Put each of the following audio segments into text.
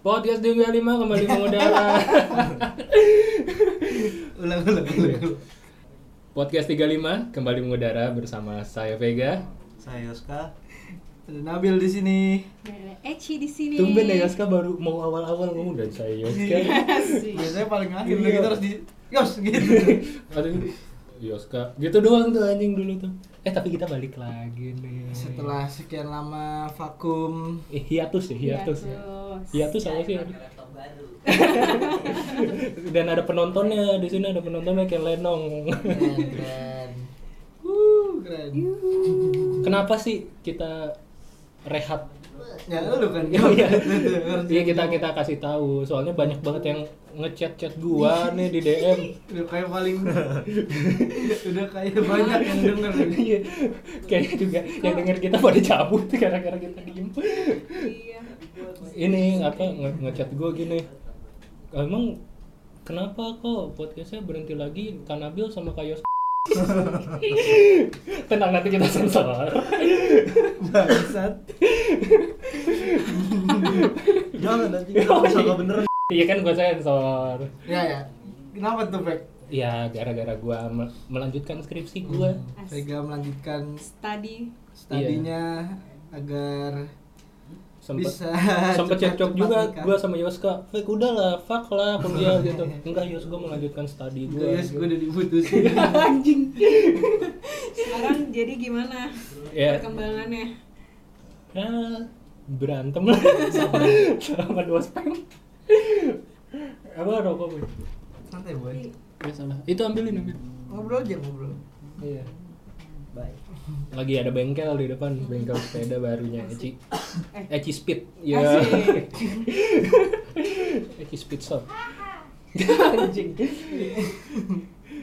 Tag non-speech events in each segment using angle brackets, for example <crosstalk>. Podcast Duga 5 kembali mengudara. <laughs> ulang ulang Iya. ulang Podcast 35 kembali mengudara bersama saya Vega. saya Yoska ada Nabil di sini Ada Eci Eh, di sini. Iya, Tumben ya Yoska baru mau awal-awal ngomong dari saya <laughs> Yoska. biasanya paling akhir Iya. udah kita harus di Yos <laughs> gitu Ada Yoska. Gitu doang tuh anjing dulu tuh. Eh tapi kita balik lagi nih. setelah sekian lama vakum eh, hiatus ya, Iya, hiatus. Hiatus. Hiatus apa sih? <laughs> Dan ada penontonnya di sini ada penontonnya kayak Lenong. keren keren Wuh, keren Kenapa sih kita rehat ya lu kan Iya, iya. <laughs> Ngerti. Iya kita kita kasih tahu. Soalnya banyak banget yang ngechat chat <laughs> gua nih di DM. udah kayak paling udah kayak banyak yang denger Iya. Kayaknya juga yang denger kita pada cabut <laughs> gara-gara kita diem. Iya. Ini apa nge- ngechat gua gini. Emang kenapa kok podcastnya berhenti lagi Kanabil sama <laughs> Kayos? Tenang nanti kita sensor. bangsat Jangan nanti kita sangka beneran. Iya kan gua sensor. ya ya kenapa tuh Bek? Ya gara-gara gua mel- melanjutkan skripsi gua. Hmm. Vega melanjutkan Study. studinya agar Iya. Sempet- bisa <laughs> sempet Eh, cepat- cekcok cepat juga nikah. gue sama Yoska Fek udah lah, fuck lah <laughs> kuliah gitu Enggak Yos, gue melanjutkan studi Enggak, gue Yos, gue Iya, udah <laughs> diputusin Anjing Sekarang jadi gimana Ya, perkembangannya? ah, berantem lah sama, sama dua spam Apa rokok gue? santai boy Ya salah, itu ambilin ambil ngobrol aja ngobrol Iya Baik. lagi ada bengkel di depan, bengkel sepeda barunya Eci Eh, Eci Speed ya Asik. Eci Speed Shop Anjing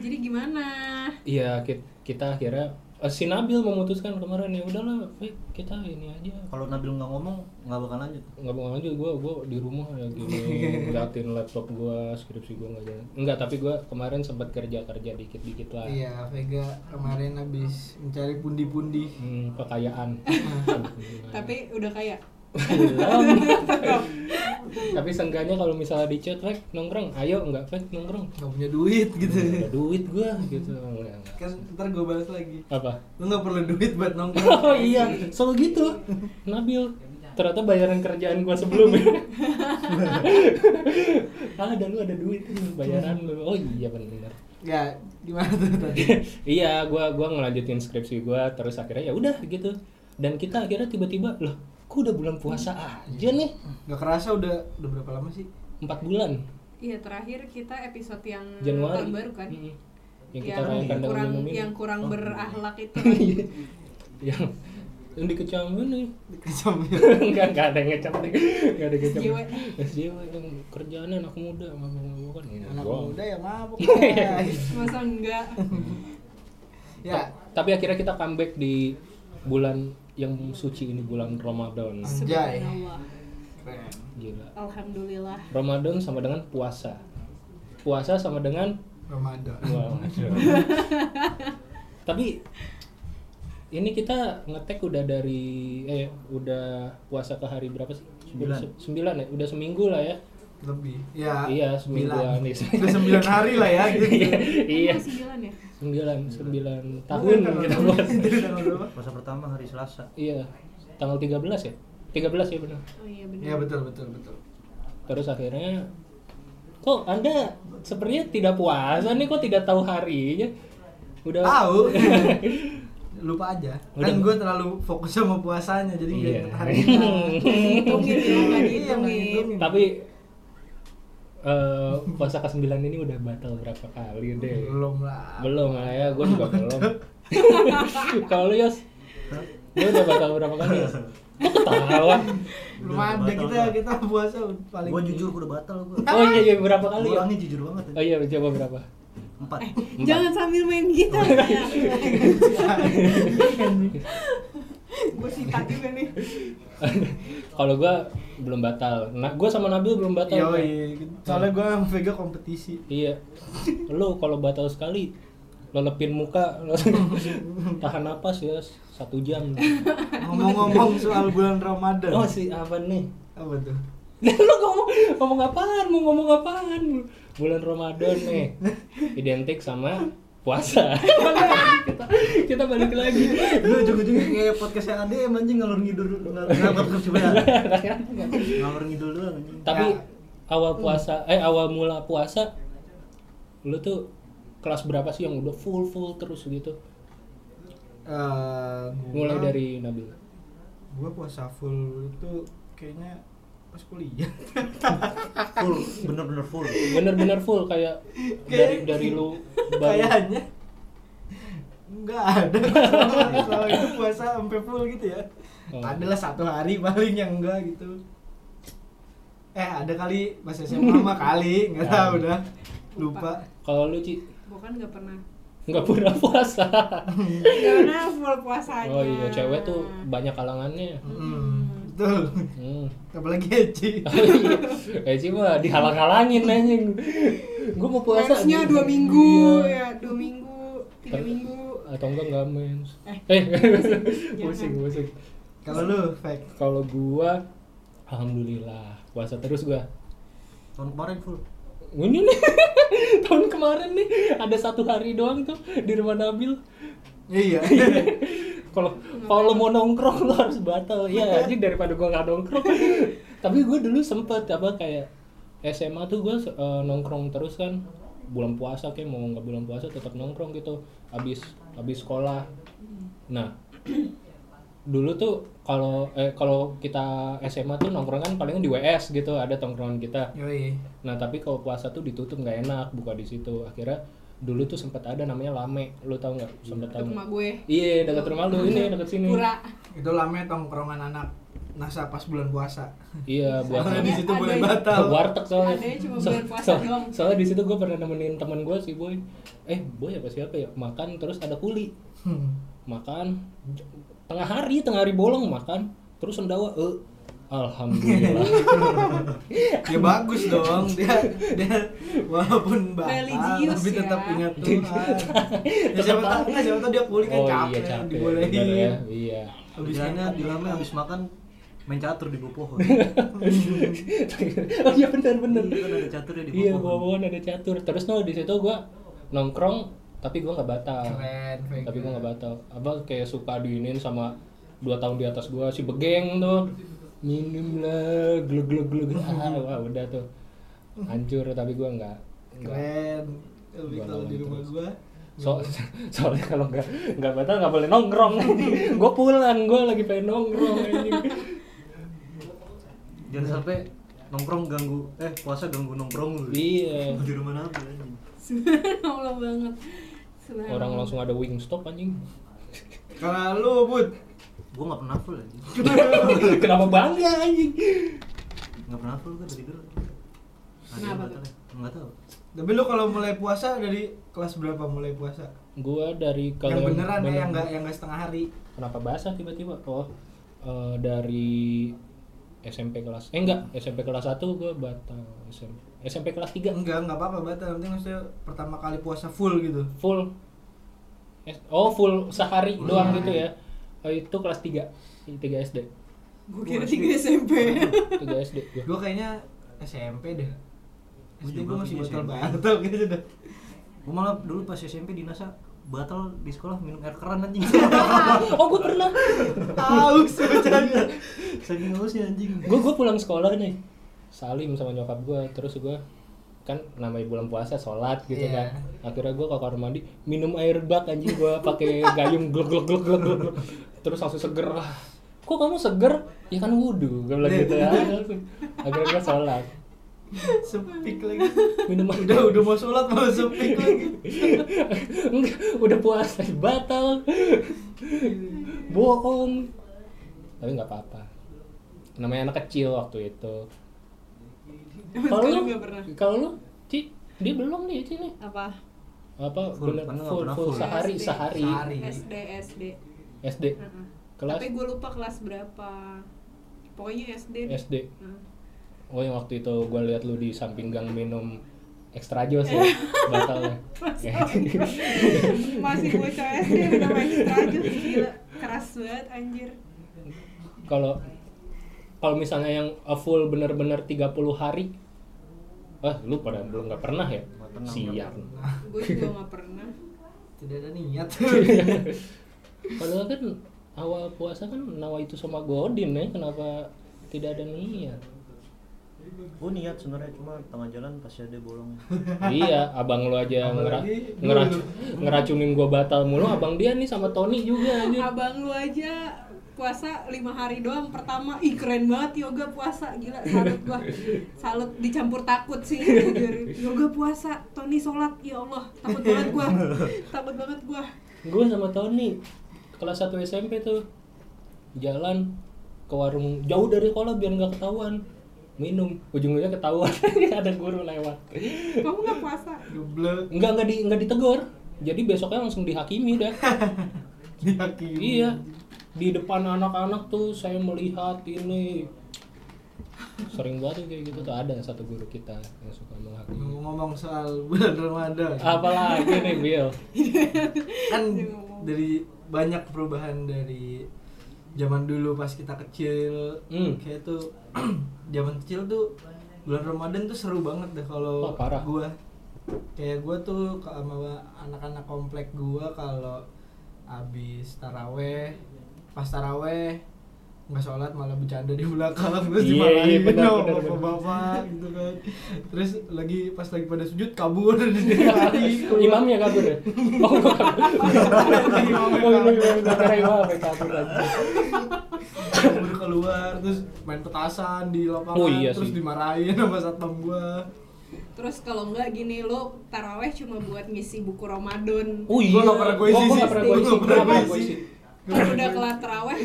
Jadi gimana? Iya ki- kita, akhirnya eh, si Nabil memutuskan kemarin ya udahlah Fik, kita ini aja Kalau Nabil nggak ngomong, nggak bakal lanjut. nggak mau lanjut gue gue di rumah ya <laughs> gini ngeliatin laptop gue skripsi gue nggak jalan enggak tapi gue kemarin sempat kerja kerja dikit dikit lah iya Vega kemarin habis mencari pundi-pundi Hmm, <laughs> kekayaan Tapi udah kaya. Belum. tapi seenggaknya kalau misalnya di chat Fik, nongkrong ayo nggak Fik, nongkrong nggak punya duit gitu ada duit gue gitu Nggak, nggak. kan ntar gue balas lagi apa lu nggak perlu duit buat <laughs> nongkrong Oh iya, selalu gitu. <laughs> Nabil, ternyata bayaran kerjaan gua ya. sebelumnya. ah, <laughs> ada lu ada duit lu, bayaran lu. Oh iya benar. ya gimana tuh tadi iya, gua gua ngelanjutin skripsi gua terus akhirnya ya udah gitu. Dan kita akhirnya tiba-tiba, loh, kok udah bulan puasa aja nih? nggak kerasa udah udah berapa lama sih Empat bulan Iya terakhir kita episode yang Januari. Hmm, tahun baru kan? Mm-mm. Yang kita rayakan yang dengan kurang minum-minum. yang kurang berakhlak <laughs> itu. kan? Iya. yang <laughs> yang dikecam ini kecam Enggak, enggak ada yang ngecap nih. Enggak ada yang ngecap. SJW. SJW yang kerjaannya anak muda, mabok-mabok kan. Ini anak doang. muda ya <laughs> mabuk Iya. guys. Masa enggak? ya Tapi akhirnya kita comeback di bulan yang suci ini bulan Ramadan. Anjay. Subhanallah. keren Gila. Alhamdulillah. Ramadan sama dengan puasa. Puasa sama dengan Ramadan <laughs> Wow. Tapi ini kita ngetek udah dari eh udah puasa ke hari berapa sih? Sembilan. Se- Sembilan ya, udah seminggu lah ya. lebih ya Iya, semingguan. udah sembilan hari lah ya gitu <laughs> iya, Tanggal sembilan ya? sembilan sembilan tahun kita puasa. Dari tanggal berapa? Puasa pertama hari Selasa. Iya, tanggal 13 ya? 13 ya benar. Oh iya benar. ya betul betul betul Terus akhirnya kok Anda sepertinya tidak puasa nih kok tidak tahu harinya. Udah <laughs> tahu lupa aja kan Ya. Udah. gue terlalu fokus sama puasanya jadi nggak <laughs> Iya. ingat harinya Dihitungin ya, nggak Iya, nggak dihitungin. dihitungin. tapi eh puasa ke-9 ini udah batal berapa kali deh. belum lah Belum lah ya, gue juga belum. Kalau lu Yos, lu udah batal berapa kali <laughs> Yos? Kok Ketawa. belum Udah, ada batal kita udah. kita puasa paling Gua <laughs> jujur gua udah batal gua. Oh iya, iya berapa Gua kali ya? Orangnya jujur banget. Oh iya, coba berapa? Empat. Jangan sambil main <laughs> gitar. ya. Gue sita juga nih. Kalau gua belum batal. Nah, gua sama Nabil belum batal. Yoi, soalnya gue sama Vega kompetisi Iya. Lo kalau batal sekali lo lepin muka, <laughs> lo tahan napas ya satu jam. ngomong-ngomong soal bulan Ramadan Oh si apa nih? <laughs> apa tuh lu ngomong ngomong apaan mau ngomong apaan bulan Ramadan nih identik sama puasa kita kita balik lagi Lu ujung-ujungnya kayak podcast yang ADM anjing ngalur ngidul dulu. Ngalur ngidul doang. Ngalur ngidul doang anjing. tapi awal puasa eh awal mula puasa lu tuh kelas berapa sih yang udah full full terus gitu Eh, gua- mulai dari Nabil gua puasa full itu kayaknya pas kuliah Full, bener-bener full. bener-bener full kayak dari dari lu baru <laughs> kayaknya nggak <laughs> ada selama- selama itu puasa sampai full gitu ya Oh. adalah satu hari paling yang enggak gitu eh ada kali pas SMA mah kali nggak Ya. tahu udah lupa kalau lu Ci, Bukan kan nggak pernah. nggak pernah puasa Nggak pernah full puasanya. oh iya cewek tuh banyak kalangannya hmm, betul hmm. apalagi <laughs> Eci Eh sih mah dihalang-halangin anjing. Gua mau puasa. Harusnya anjing. dua minggu Iya. ya, dua minggu, tiga minggu. Atau enggak enggak mens. Eh. <laughs> Eh, <laughs> Jangan. pusing pusing. kalau lu fake Kalau gua alhamdulillah puasa terus gua. Tahun kemarin full. Ini nih <laughs> tahun kemarin nih ada satu hari doang tuh di rumah Nabil. <laughs> iya Kalau kalau mau nongkrong lo harus batal. Iya anjing daripada gua nggak nongkrong. Tapi gua dulu sempet apa kayak SMA tuh gua eh, nongkrong terus kan bulan puasa kayak mau nggak bulan puasa tetap nongkrong gitu abis abis sekolah. Nah dulu tuh kalau eh, kalau kita SMA tuh nongkrong kan paling di WS gitu ada tongkrongan kita. yoi Nah tapi kalau puasa tuh ditutup nggak enak buka di situ. Akhirnya dulu tuh sempat ada namanya lame, lu tau nggak? Sempat Ke tahu. rumah nggak? gue. Iya dekat rumah lu ini dekat sini. Pura. itu lama tongkrongan anak NASA pas bulan puasa Iya buat karena di situ Ada boleh ya? batal Ke warteg soalnya. Adanya cuma So- bulan puasa so- doang. <laughs> Soalnya di situ gue pernah nemenin teman gue sih boy. Eh boy apa siapa ya makan terus ada kuli Hmm. makan j- tengah hari tengah hari bolong makan terus sendawa eh alhamdulillah <laughs> ya bagus dong dia dia walaupun batal Religius tapi tetap ya. ingat Tuhan ya, Tetap siapa tahu taat. nggak siapa tahu dia pulih kan oh capek, iya capek dibolehin bener ya, iya <laughs> Habis Kerjaannya makan. di lama habis makan main catur di bawah pohon. oh iya benar benar Iya, kan ada catur ya di iya bawah pohon. bawaan gitu. ada catur terus no di situ gua nongkrong tapi gua nggak batal keren Vega. tapi gua nggak batal apa kayak suka diinin sama dua tahun di atas gua si begeng tuh minum lah glug glug <laughs> glug ah wah udah tuh hancur tapi gua nggak nggak keren tapi Gua kalau di lawan rumah terus. gua So, Iya. <laughs> soalnya kalau nggak nggak batal nggak boleh <laughs> nongkrong gue pulang gue lagi pengen nongkrong anjing. Jangan sampai nongkrong ganggu eh puasa ganggu nongkrong lu. iya Di rumah nabi anjing. Allah banget. Subhanallah. orang langsung ada wing stop anjing <laughs> kalau lu bud Gua enggak pernah full anjing. kenapa bangga anjing Enggak pernah full gua dari dulu. Ada Kenapa batal ya? Enggak tahu. tapi lu kalau mulai puasa dari kelas berapa mulai puasa gue dari yang kalau beneran ya bener- yang nggak yang nggak setengah hari kenapa basah tiba-tiba oh eh, dari SMP kelas eh enggak SMP kelas 1 gue batal SMP, SMP kelas 3 enggak enggak apa-apa batal penting maksudnya pertama kali puasa full gitu full Eh, oh full sehari doang gitu ya oh, itu kelas 3 3 SD Gue kira tiga SMP. 3 SD gue gua kayaknya SMP deh Gua SD juga gua masih batal kayaknya SMP. batal gitu dah Gua malah dulu pas SMP di NASA batal di sekolah minum air keran anjing. oh gue pernah tahu sih bercanda Saking hausnya anjing. gue gue pulang sekolah nih salim sama nyokap gue terus gue kan namanya bulan puasa sholat gitu Iya. kan akhirnya gue ke kamar mandi minum air bak anjing gue pakai gayung gluk gluk gluk gluk gluk gluk. terus langsung seger lah kok kamu seger ya kan wudhu gue bilang gitu ya Iya. akhirnya gue sholat sepik lagi minum air udah udah mau sholat malah sepik lagi Enggak, udah puasa batal bohong tapi nggak apa-apa namanya anak kecil waktu itu kalau lu Sekarang nggak pernah. kalau lu Ci, dia belum nih Ci nih Apa? apa Full, bener karena nggak full, pernah full, full. sehari SD. sehari Sehari. SD SD. SD Heeh. kelas Tapi gue lupa kelas berapa. Pokoknya SD. deh. SD Heeh. oh yang waktu itu gue lihat lu di samping gang minum extra jos <laughs> ya batalnya <laughs> Masih bocah SD udah main strajut gila. Keras banget anjir. kalau kalau misalnya yang uh, full bener-bener 30 hari ah lu pada belum nggak pernah ya Nggak pernah, nggak siar pernah. gue juga nggak pernah tidak ada niat padahal kan awal puasa kan nawa itu sama godin ya kenapa tidak ada niat Gue niat sebenarnya cuma tengah jalan pasti ada bolongnya. iya abang lu aja ngera Apalagi dulu. ngeracu- ngeracunin gua batal mulu abang dia nih sama Tony juga aja abang lu aja puasa lima hari doang pertama ih keren banget yoga puasa gila salut gua salut dicampur takut <laughs> sih jujur yoga puasa Tony sholat ya Allah takut banget gua takut banget gua gue sama Tony kelas 1 SMP tuh jalan ke warung jauh dari sekolah biar nggak ketahuan minum ujung-ujungnya ketahuan <laughs> ada guru lewat kamu nggak puasa <laughs> Geblek nggak nggak di nggak ditegur jadi besoknya langsung dihakimi dah dihakimi. iya di depan anak-anak tuh saya melihat ini sering banget tuh kayak gitu tuh ada satu guru kita yang suka menghakimi Ngomong-ngomong soal bulan Ramadan. apalagi nih Bill Kan Dia ngomong. dari banyak perubahan dari zaman dulu pas kita kecil. Hmm. Kayak tuh <clears throat> zaman kecil tuh bulan Ramadan tuh seru banget deh kalau Oh, parah. gua. Kayak gua tuh ke- sama anak-anak komplek gua kalau abis taraweh, pas taraweh nggak sholat malah bercanda di <laughs> belakang terus Iya, dimarahin iya, benar, dong benar, sama benar. bapak gitu kan terus lagi pas lagi pada sujud <laughs> kabur Ya, lari <laughs> imamnya kabur <laughs> ya oh gua kabur oh ini gue kira imamnya kabur aja kabur keluar terus main petasan di lapangan Oh, iya terus sih. dimarahin sama satpam gua terus kalau nggak gini lo taraweh cuma buat ngisi buku Ramadan oh iya gua nggak pernah gua Oh, isi gua sih nggak pernah gua isi nggak pernah Kenapa gua gua isi isi? Kalau udah kelar taraweh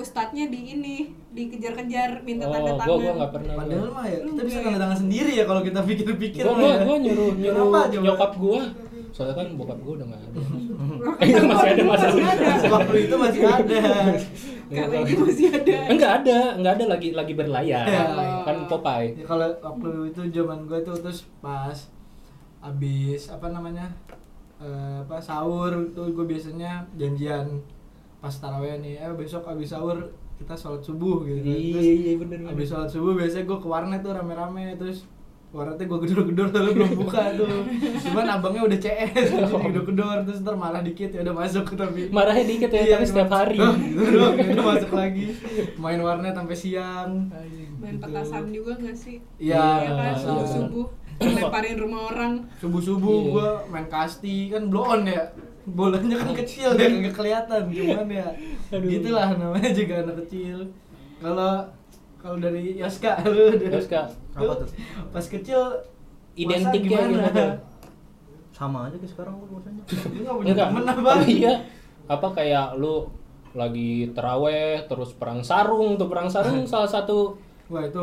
ustadznya di ini dikejar-kejar minta oh tanda tangan gua gua nggak pernah padahal mah ya kita bisa Enggak. tanda tangan sendiri ya kalau kita pikir-pikir gua mah gua, ya. gua nyuruh nyuruh Kenapa coba? nyokap gua soalnya kan bokap gua udah <laughs> nggak ada Rokok itu masih ada itu masa masih ada. waktu itu <laughs> masih ada Kalau ini masih ada. Iya, enggak ada enggak ada lagi lagi berlayar Ya. kan Popeye Ya, kalau waktu itu zaman gue tuh terus pas abis apa namanya eh, apa sahur tuh gue biasanya janjian pas taraweh nih eh besok abis sahur kita sholat subuh gitu kan. terus iya bener abis sholat subuh biasanya gue ke warnet tuh rame-rame terus warnetnya gue gedor-gedor lalu belum buka tuh cuman abangnya udah CS jadi Oh. gedor-gedor terus ntar marah dikit ya udah masuk tapi marahnya dikit ya tapi cuma- setiap hari <laughs> "Hah, gitu doang, ya udah masuk lagi main warnet sampai siang Main Gitu. petasan juga nggak sih? Iya, kan? iya, Subuh benar. subuh lemparin rumah orang. subuh subuh Iya. gua main kasti kan blow on ya bolanya kan kecil ya nggak kelihatan cuman ya Iya. Aduh. gitulah namanya juga anak kecil kalau kalau dari Yaska lu dari- Yaska, lu apa tuh? pas kecil Identik ya, gitu. puasa kayak gimana? Sama aja kayak sekarang gue rasanya. lu nggak punya enggak temen apa oh, <laughs> iya apa kayak lu lagi teraweh terus perang sarung tuh perang <laughs> sarung salah satu wah itu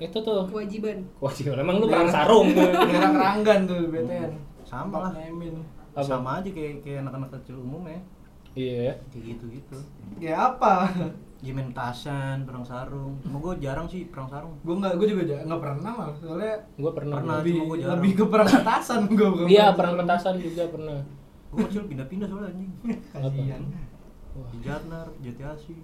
itu tuh Kewajiban. wajib emang lu Iya. perang <laughs> sarung daerah keranggan tuh BTN Sama lah. Nemin. Apa? Sama aja kayak kayak anak-anak kecil umumnya. iya Kayak gitu-gitu. kayak apa <laughs> Ya main petasan, perang sarung. Cuma gue jarang sih perang sarung. gua nggak gua juga ja- nggak pernah malah soalnya gua pernah, Pernah. lebih, cuma gua jarang. lebih ke perang atasan gua bukan iya perang petasan juga pernah Gue kecil pindah-pindah soalnya anjing. Kasihan. <laughs> Wah, Di Jatnar, Jati Asih.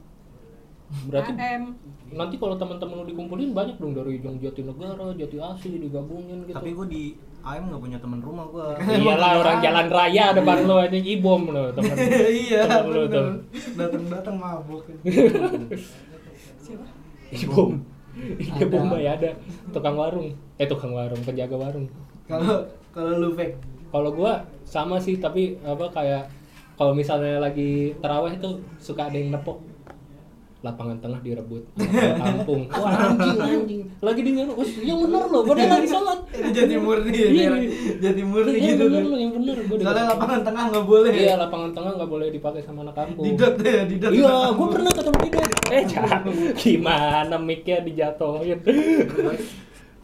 berarti AM. nanti kalau teman-teman lu dikumpulin banyak dong dari yang Jatinegara, Jati Asih digabungin gitu. Iya. Tapi gue di AM nggak punya teman rumah gue. iyalah orang jalan raya depan lu aja ibom <laughs> lu teman. iya Temen lu tuh. datang datang <laughs> mabuk Siapa? Ibom. Ada. Ibom Bay ada tukang warung. Eh tukang warung, penjaga warung. kalau kalau lu fake Kalau gua sama sih tapi apa kayak kalau misalnya lagi terawih tuh suka ada yang nepok lapangan tengah direbut anak kampung <laughs> wah anjing anjing lagi dengar us yang bener loh padahal lagi <laughs> sholat itu jati murni ya Iya, daerah. iya. jati murni Iya, gitu bener tuh. loh yang bener gua dengar. soalnya lapangan tengah nggak boleh Iya, lapangan tengah nggak boleh dipakai sama anak kampung. didot ya didot Iya, anak gue kampung. pernah ketemu Didot. <laughs> Eh, jangan. gimana mic-nya dijatuhin. <laughs>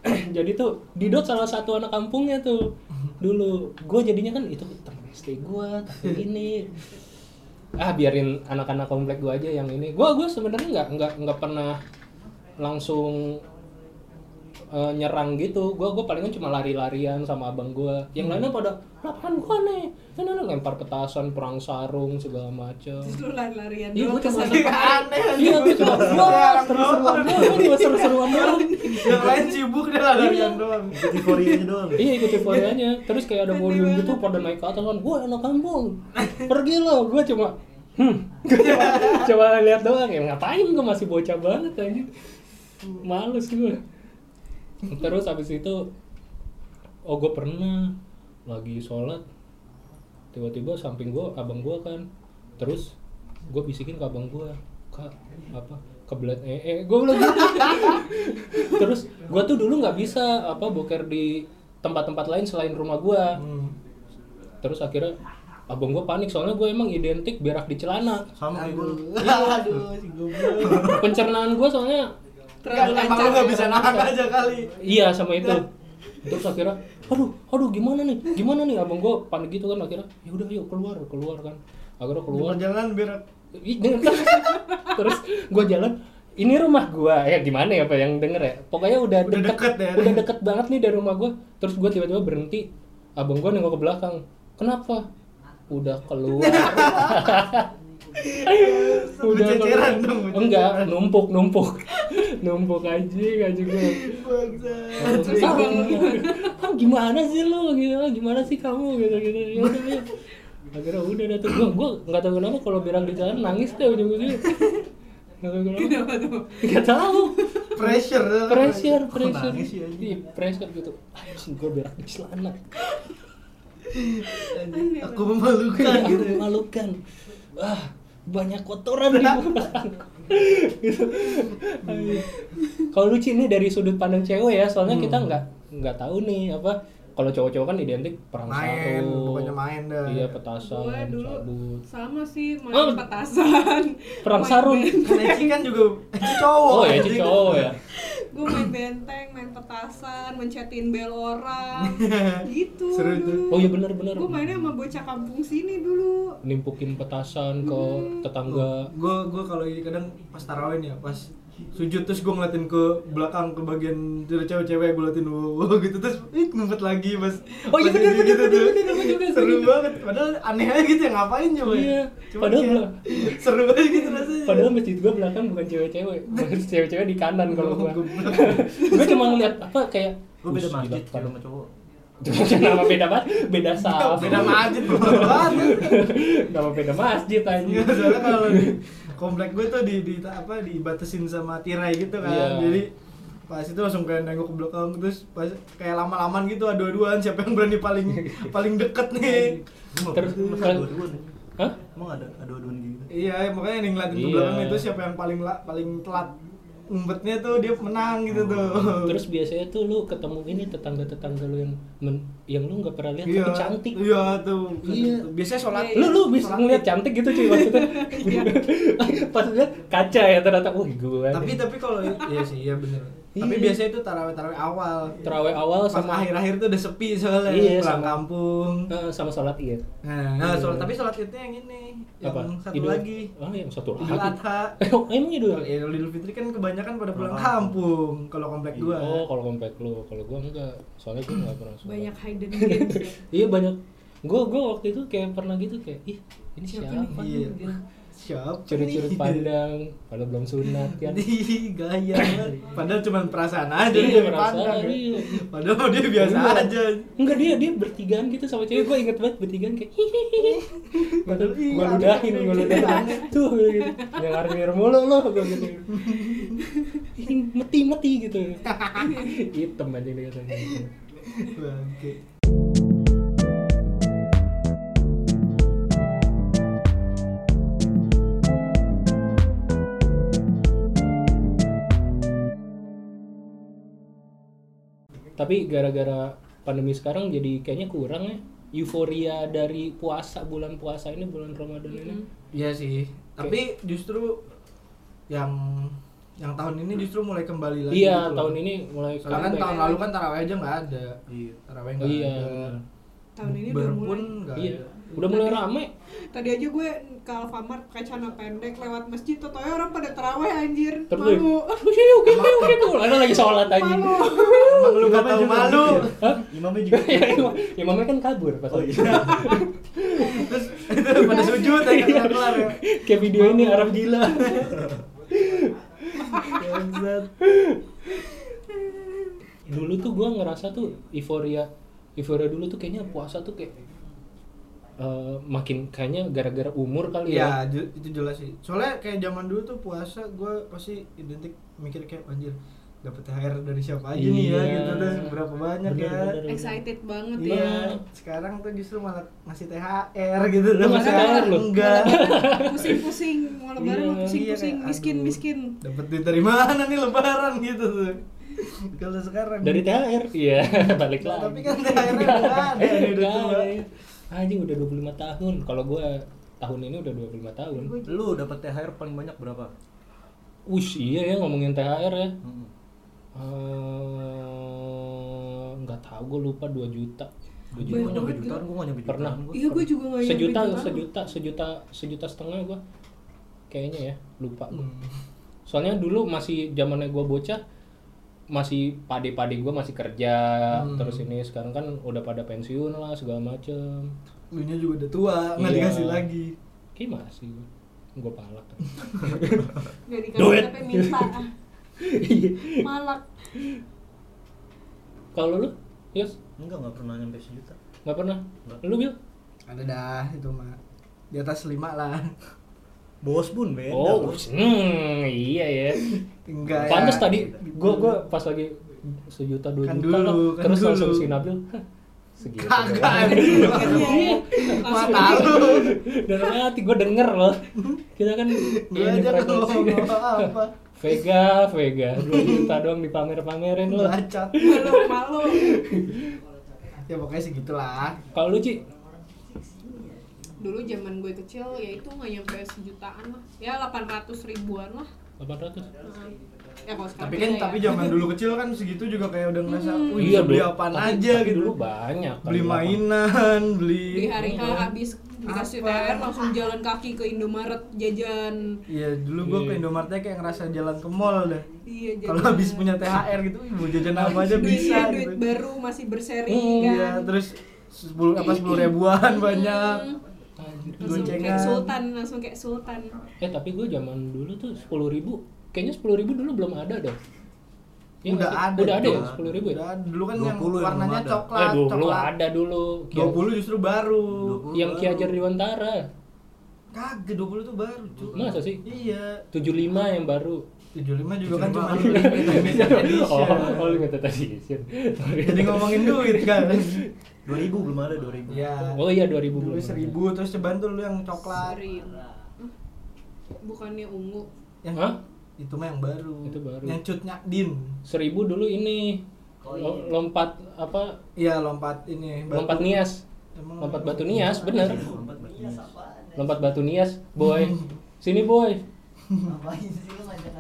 Jadi tuh Didot salah satu anak kampungnya tuh dulu. Gue jadinya kan itu temen SD gue, <laughs> tapi ini ah biarin anak-anak komplek gue aja yang ini. Gue gue sebenarnya nggak nggak nggak pernah langsung eh, nyerang gitu gua gua palingan cuma lari-larian sama abang gua yang lainnya pada lapangan gua nih nah, nah, nah, lempar petasan perang sarung segala macam Terus lu lari-larian Iya, doang gua cuma- kesana. <laughs> aneh iya gua cuma gua seru-seruan doang gua seru-seruan doang yang lain sibuk dia larian doang Jadi euforianya doang. <laughs> iya ikut euforianya terus kayak ada Aneh volume banget. gitu pada naik ke atas kan gue anak kampung pergi lo gue cuma <laughs> hmm coba lihat doang ya ngapain gue masih bocah banget aja males gue terus habis itu oh gue pernah lagi sholat tiba-tiba samping gue abang gue kan terus gue bisikin ke abang gue kak apa kebelet eh, eh gue bilang gitu terus gue tuh dulu nggak bisa apa boker di tempat-tempat lain selain rumah gue terus akhirnya abang gue panik soalnya gue emang identik berak di celana Sama kayak gue. Iya. aduh si goblok ya. pencernaan gue soalnya Terlalu Kan emang lu lancar. gak bisa nahan aja kali iya sama itu terus akhirnya aduh aduh gimana nih gimana nih abang gue panik gitu kan akhirnya ya udah yuk keluar keluar kan akhirnya keluar jangan biar Ih, denger. <laughs> terus gue jalan ini rumah gua ya gimana ya pak yang denger ya pokoknya udah Udah deket, deket ya. udah deket banget nih dari rumah gua terus gua tiba-tiba berhenti abang gua nengok ke belakang kenapa udah keluar udah keluar Berceceran dong, berceceran. enggak numpuk numpuk <laughs> numpuk aja aja gua Terus abang lu gimana? Ah, gimana sih lu gitu ah, gimana sih kamu gitu gitu ya udah ya. akhirnya udah dah tuh gua gua nggak tahu kenapa kalau bilang di jalan nangis deh ujung ujungnya nggak tahu kenapa Kenapa tuh? nggak tahu pressure ya, pressure Kok pressure nangis sih, anjing? iya pressure gitu ayo sih gua berak di celana Iya. Aku memalukan Aku <laughs> gitu. memalukan ah banyak kotoran di belakang Gitu. Aduh. kalau lucu ini dari sudut pandang cewek ya soalnya kita nggak nggak tahu nih apa kalau cowok-cowok kan identik perang Main, sarung, pokoknya main dah. iya petasan Gue dulu sabut sama sih main Oh. petasan. perang Main sarung band. kan Eci kan juga Eci cowok oh ya itu cowok <laughs> ya gue main benteng, main petasan, mencetin bel <laughs> orang, Eh, gitu Seru dulu. tuh. oh iya benar-benar Gue mainnya sama bocah kampung sini dulu. nimpukin petasan ke tetangga gue gue kalau ini kadang pas tarawih nih ya pas sujud terus gue ngeliatin ke belakang ke bagian dari cewek-cewek gue ngeliatin wow, wow, <laughs> gitu terus ih ngumpet lagi pas Oh, iya, pas bener, kayak gitu bener, bener, tuh. bener, gua juga seru sering. banget padahal aneh aja gitu ya ngapain coba ya? Iya, Cuma padahal kayak belum. <laughs> seru banget gitu rasanya Padahal masjid gua belakang bukan cewek-cewek, Masjid cewek-cewek di kanan kalau gua. Goblok. gua cuma ngeliat apa kayak Gue beda "Bus, masjid gila, kalau pada- <laughs> sama cowok. Kenapa beda masjid? Beda saf. beda masjid beda banget Kenapa beda masjid Iya, anjing? soalnya kalau di komplek gue tuh di, di apa dibatasin sama tirai gitu kan. Iya. Jadi pas itu langsung kayak nengok ke belakang terus pas kayak lama-laman gitu adu-aduan siapa yang berani <laughs> paling paling deket nih. Terus- Masa terus- dua-duaan ya? Hah? Emang ada adu-aduan gitu? Iya, makanya yang ngeliatin ke Iya. belakang itu siapa yang paling la, paling telat umpetnya tuh dia menang gitu tuh. Hmm. Terus biasanya tuh lu ketemu ini tetangga-tetangga lu yang men- yang lu nggak pernah lihat tapi cantik. Iya tuh. Iya. Biasanya sholat. Lu lu bisa sholat. ngeliat cantik gitu cuy maksudnya. <laughs> Iya. <laughs> Pas lihat kaca ya ternyata wah gua. Tapi tapi kalau iya sih, iya bener. Tapi Iya. biasanya itu tarawih-tarawih awal. terawih awal Pas Oh, sama akhir-akhir tuh udah sepi soalnya Iya, pulang sama. kampung. Eh, sama sholat iya. Nah, Iya. sholat- tapi sholat itu yang ini, yang Apa? satu Idul- lagi. Ah, yang satu lagi. Idul <laughs> Adha. Oh, emang Idul Kalau Idul Idul Fitri kan kebanyakan pada pulang Pulang kampung kalau komplek gua. Oh, kalau komplek lu, kalau gua enggak. Soalnya gua enggak pernah sholat. Banyak hidden games ya. Iya, banyak. Gua gua waktu itu kayak pernah gitu kayak, ih, ini siapa? Siapa siapa? nih? Iya. Iya. Siap. Curut-curut pandang, padahal belum sunat <laughs> kan. Di gaya. banget. Padahal cuma perasaan aja Iya, dia perasaan, pandang. ya. iya. Padahal dia biasa Iya. aja. Enggak dia dia bertigaan gitu sama cewek. Gua inget banget bertigaan kayak hihihi. Padahal iya, Gua ludahin, aneh, gua aneh, ludahin. aneh. Tuh gitu. Yang armir mulu lo gua gitu. Ini meti-meti gitu. Hitam aja dia katanya. Bangke. Tapi gara-gara pandemi sekarang jadi kayaknya kurang ya euforia dari puasa bulan puasa ini bulan Ramadan ini. Iya sih. Tapi justru yang yang tahun ini justru mulai kembali lagi. Hmm. Iya, gitu loh. tahun ini mulai Soalnya kan comeback. tahun lalu kan tarawih aja nggak ada. Iya. Tarawih Oh nggak iya. ada. Tahun ini udah Bukber mulai. pun nggak Iya. ada. udah mulai rame Tadi aja gue ke Alfamart pakai celana pendek lewat masjid, totoy orang pada terawih anjir. terus gue Malu. "Ush, yuk gitu yuk gitu ada lagi sholat aja Malu. <laughs> Emang lu Imamnya gak tahu juga malu. gitu Hah? Imamnya juga. gitu. ya imam- imamnya kan kabur pas Oh lagi iya. Terus itu pada sujud aja kelar kelar ya. <laughs> kayak video ini Arab <laughs> gila Ya Bangsat. dulu tuh gue ngerasa tuh euforia euforia dulu tuh kayaknya puasa tuh kayak eh, makin kayaknya gara-gara umur kali Iya, ya, ju- itu jelas sih. Soalnya kayak zaman dulu tuh puasa gue pasti identik mikir kayak anjir dapat THR dari siapa aja nih ya Iya. gitu dan berapa banyak Bener, ya. bener. <laughs> Excited banget Iya, ya. sekarang tuh justru malah ngasih THR gitu Lu ngasih Masa THR lu? Enggak. Pusing-pusing, mau Iya, lebaran mau pusing-pusing, iya, kayak, aduh. miskin-miskin. Dapat duit dari mana nih lebaran gitu tuh. Kalau sekarang dari THR iya <laughs> balik lagi Nah, Iya. tapi <laughs> kan THR-nya udah ada nih, udah tua. Anjing udah 25 tahun. Kalau gua tahun ini udah 25 tahun. Lu dapat THR paling banyak berapa? Ush, iya ya ngomongin THR ya. Mm-mm. Eh, nggak tahu gua lupa 2 juta. 2 Gua juta. Banyak. nyampe banget, jutaan, gua gak nyampe jutaan Pernah. gua. Iya, gua juga nggak nyampe Sejuta, jutaan. sejuta, sejuta, sejuta setengah gua. Kayaknya ya, lupa gua. Hmm. Soalnya dulu masih zamannya gua bocah masih pade-pade gua masih kerja Hmm. terus ini sekarang kan udah pada pensiun lah segala macem Lu nya juga udah tua, nggak Iya. dikasih lagi. Kayak masih gue. Gue palak. Gak Do dikasih it. tapi minta. Iya. Malak. Kalau lu, Yus, Enggak, gak pernah nyampe sejuta. nggak pernah. Nggak. Lu Bil? Ada dah itu mah. Di atas lima lah. <laughs> Bos pun beda. Oh, Bos. hmm, iya ya. Enggak ya. Pantes tadi gue gue pas lagi sejuta dua Kan juta lah, dulu, kan terus dulu. langsung si Nabil "Hah, segitu. <laughs> kagak doang." anjing. Iya. Mata lu. Dalam hati gue denger loh. Kita kan Gue aja kalau ngomong <laughs> apa. Vega, Vega, dua juta doang dipamer-pamerin lo. Bacot. Malu, malu. Ya pokoknya segitulah. Kalau lu Ci, Dulu zaman gue kecil ya itu nggak nyampe sejutaan lah. Ya 800 ribuan lah. 800 Heeh. Ya kalau sekarang Tapi kan beda tapi ya. zaman dulu kecil kan segitu juga kayak udah ngerasa, Hmm. wih iya, beli dulu. apaan Tapi- aja tapi gitu. Dulu banyak. beli Kalau mainan, beli di hari H habis dikasih Apa? THR langsung jalan kaki ke Indomaret jajan. Iya, dulu gua ke Iya. Indomaretnya kayak ngerasa jalan ke mall dah. Iya, jajan. Kalau habis punya THR gitu, ibu jajan apa aja Duitnya bisa duit gitu. baru masih berseri Hmm, kan. Iya, terus 10 apa 10 ribuan banyak. Hmm. Anjir. langsung Goncengan. kayak sultan, langsung kayak sultan. Eh tapi gue zaman dulu tuh sepuluh ribu, kayaknya sepuluh ribu dulu belum ada deh. Iya udah nggak sih? ada. Udah ada ya Udah. sepuluh ribu ya. Udah, dulu kan yang 20 yang warnanya belum ada. coklat, eh dulu coklat. ada dulu. Ki- 20 justru baru. 20. Yang Ki Hajar Dewantara. Kagak 20 tuh baru, cuy. Masa sih? Iya, 75 yang baru. 75 juga kan cuma 75. limited <laughs> oh, oh edition. limited edition. Sorry. Jadi ngomongin duit <laughs> kan. 2000 belum ada 2000. Iya. Oh iya 2000 Dulu belum. 1000 terus ceban tuh lu yang coklat. Seri. Hah? Bukannya ungu. Yang Hah? itu mah yang baru. Itu baru. Yang cutnya din. 1000 dulu ini lo- lompat apa? Iya lompat ini. Lompat nias. Emang Lompat namanya batu nias, bener. Empat belas. Lompat batu nias, boy. Sini boy.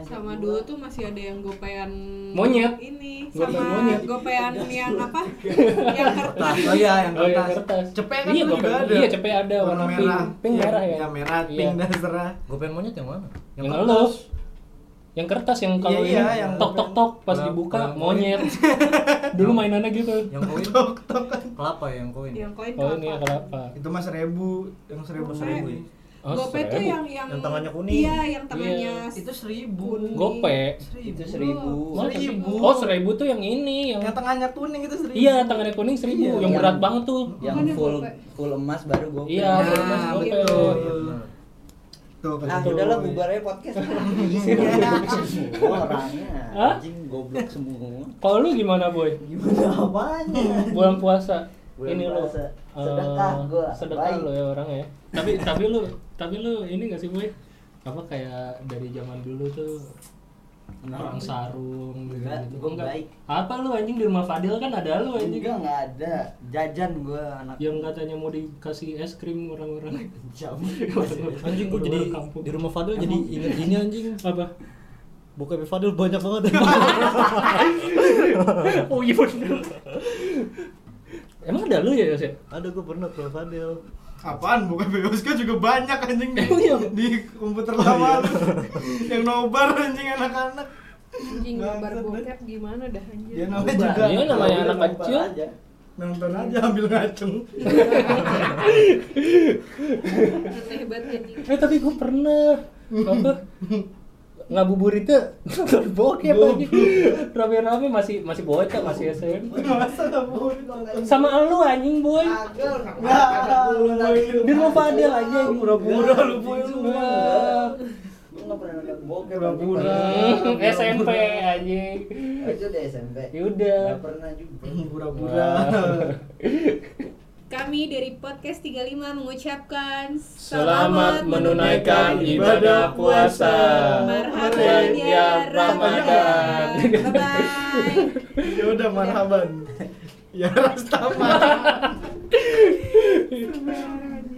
Sama dulu tuh masih ada yang gopean Monyet. Ini Gopean sama monyet. <laughs> gopean yang apa? yang kertas. Oh iya yang Oh, yang kertas. kertas. Cepe kan Iya, dulu juga gopen- ada. iya, cepe ada, warna pink. merah. Pink Iya, merah ya? Iya merah, Iya. pink dan serah. Gopen monyet yang mana? Yang, kertas. ngelus. Yang kertas yang kalau Iya, iya, ini yang tok tok tok pas Nah, dibuka kalau <laughs> monyet. Dulu mainannya gitu. Yang koin. Kelapa ya, yang koin. Yang koin Oh ini kelapa. kelapa. Itu mah seribu, yang seribu Gope. seribu. ya? Oh, Gope tuh seribu. yang yang Yang tangannya kuning. Iya. Iya, yang tangannya Itu seribu. Kuning. Gope. Seribu. Oh, Seribu. Oh, seribu tuh yang ini yang Yang tengahnya kuning itu seribu. Iya, tangannya kuning seribu, Iya. yang berat Yang- banget tuh. yang Bukannya full gopek. full emas baru gue Iya, Nah, full emas gope. betul. Iya, Tuh, ah gitu. udahlah bubar aja <laughs> podcast semua orangnya Hah? anjing goblok semua Kalau lu gimana, Boy? gimana apanya Bulan puasa. Bulan ini puasa. lo Sedekah gua. sedekah Baik. lo ya orang ya tapi tapi lu tapi lu ini gak sih boy apa kayak dari zaman dulu tuh Kenapa? orang sarung gitu, Enggak, gitu. gua baik. apa lu anjing di rumah Fadil kan ada lu anjing juga nggak ada jajan gue anak Iya. yang katanya mau dikasih es krim orang-orang jam Anjing gua jadi Orang-orang kampung. di rumah Fadil jadi inget ini anjing. apa Bokep Fadil banyak <laughs> banget. <laughs> oh iya bener emang ada lu ya Yos, ya ada gua pernah ke rumah Fadil. Apaan? Buka BOSK juga banyak anjing di, Emang <laughs> iya? di komputer lama lu. yang nobar anjing anak-anak. anjing gambar bokep gimana dah anjir Ya namanya Nobar. juga. Iya, namanya Udah, anak nobar kecil. aja. Nonton aja ambil ngaceng. aneh banget anjing Eh tapi gue pernah apa ngabuburitnya nonton bokep aja rame-rame masih masih bocah masih SMP Masa enggak mau ditonton? sama lu anjing boy di rumah Fadel aja Pura-pura lu boy lu. Wah. Gua nggak pernah nonton bokep. Pura-pura. Hmm, SMP anjing Ya Itu di SMP. Yaudah. Nggak pernah juga. Pura-pura. kami dari podcast 35 mengucapkan Selamat menunaikan ibadah puasa. Marhaban ya Ramadan. Bye bye. <laughs> Ya udah <laughs> marhaban. Ya Rastaman. Sebenarnya.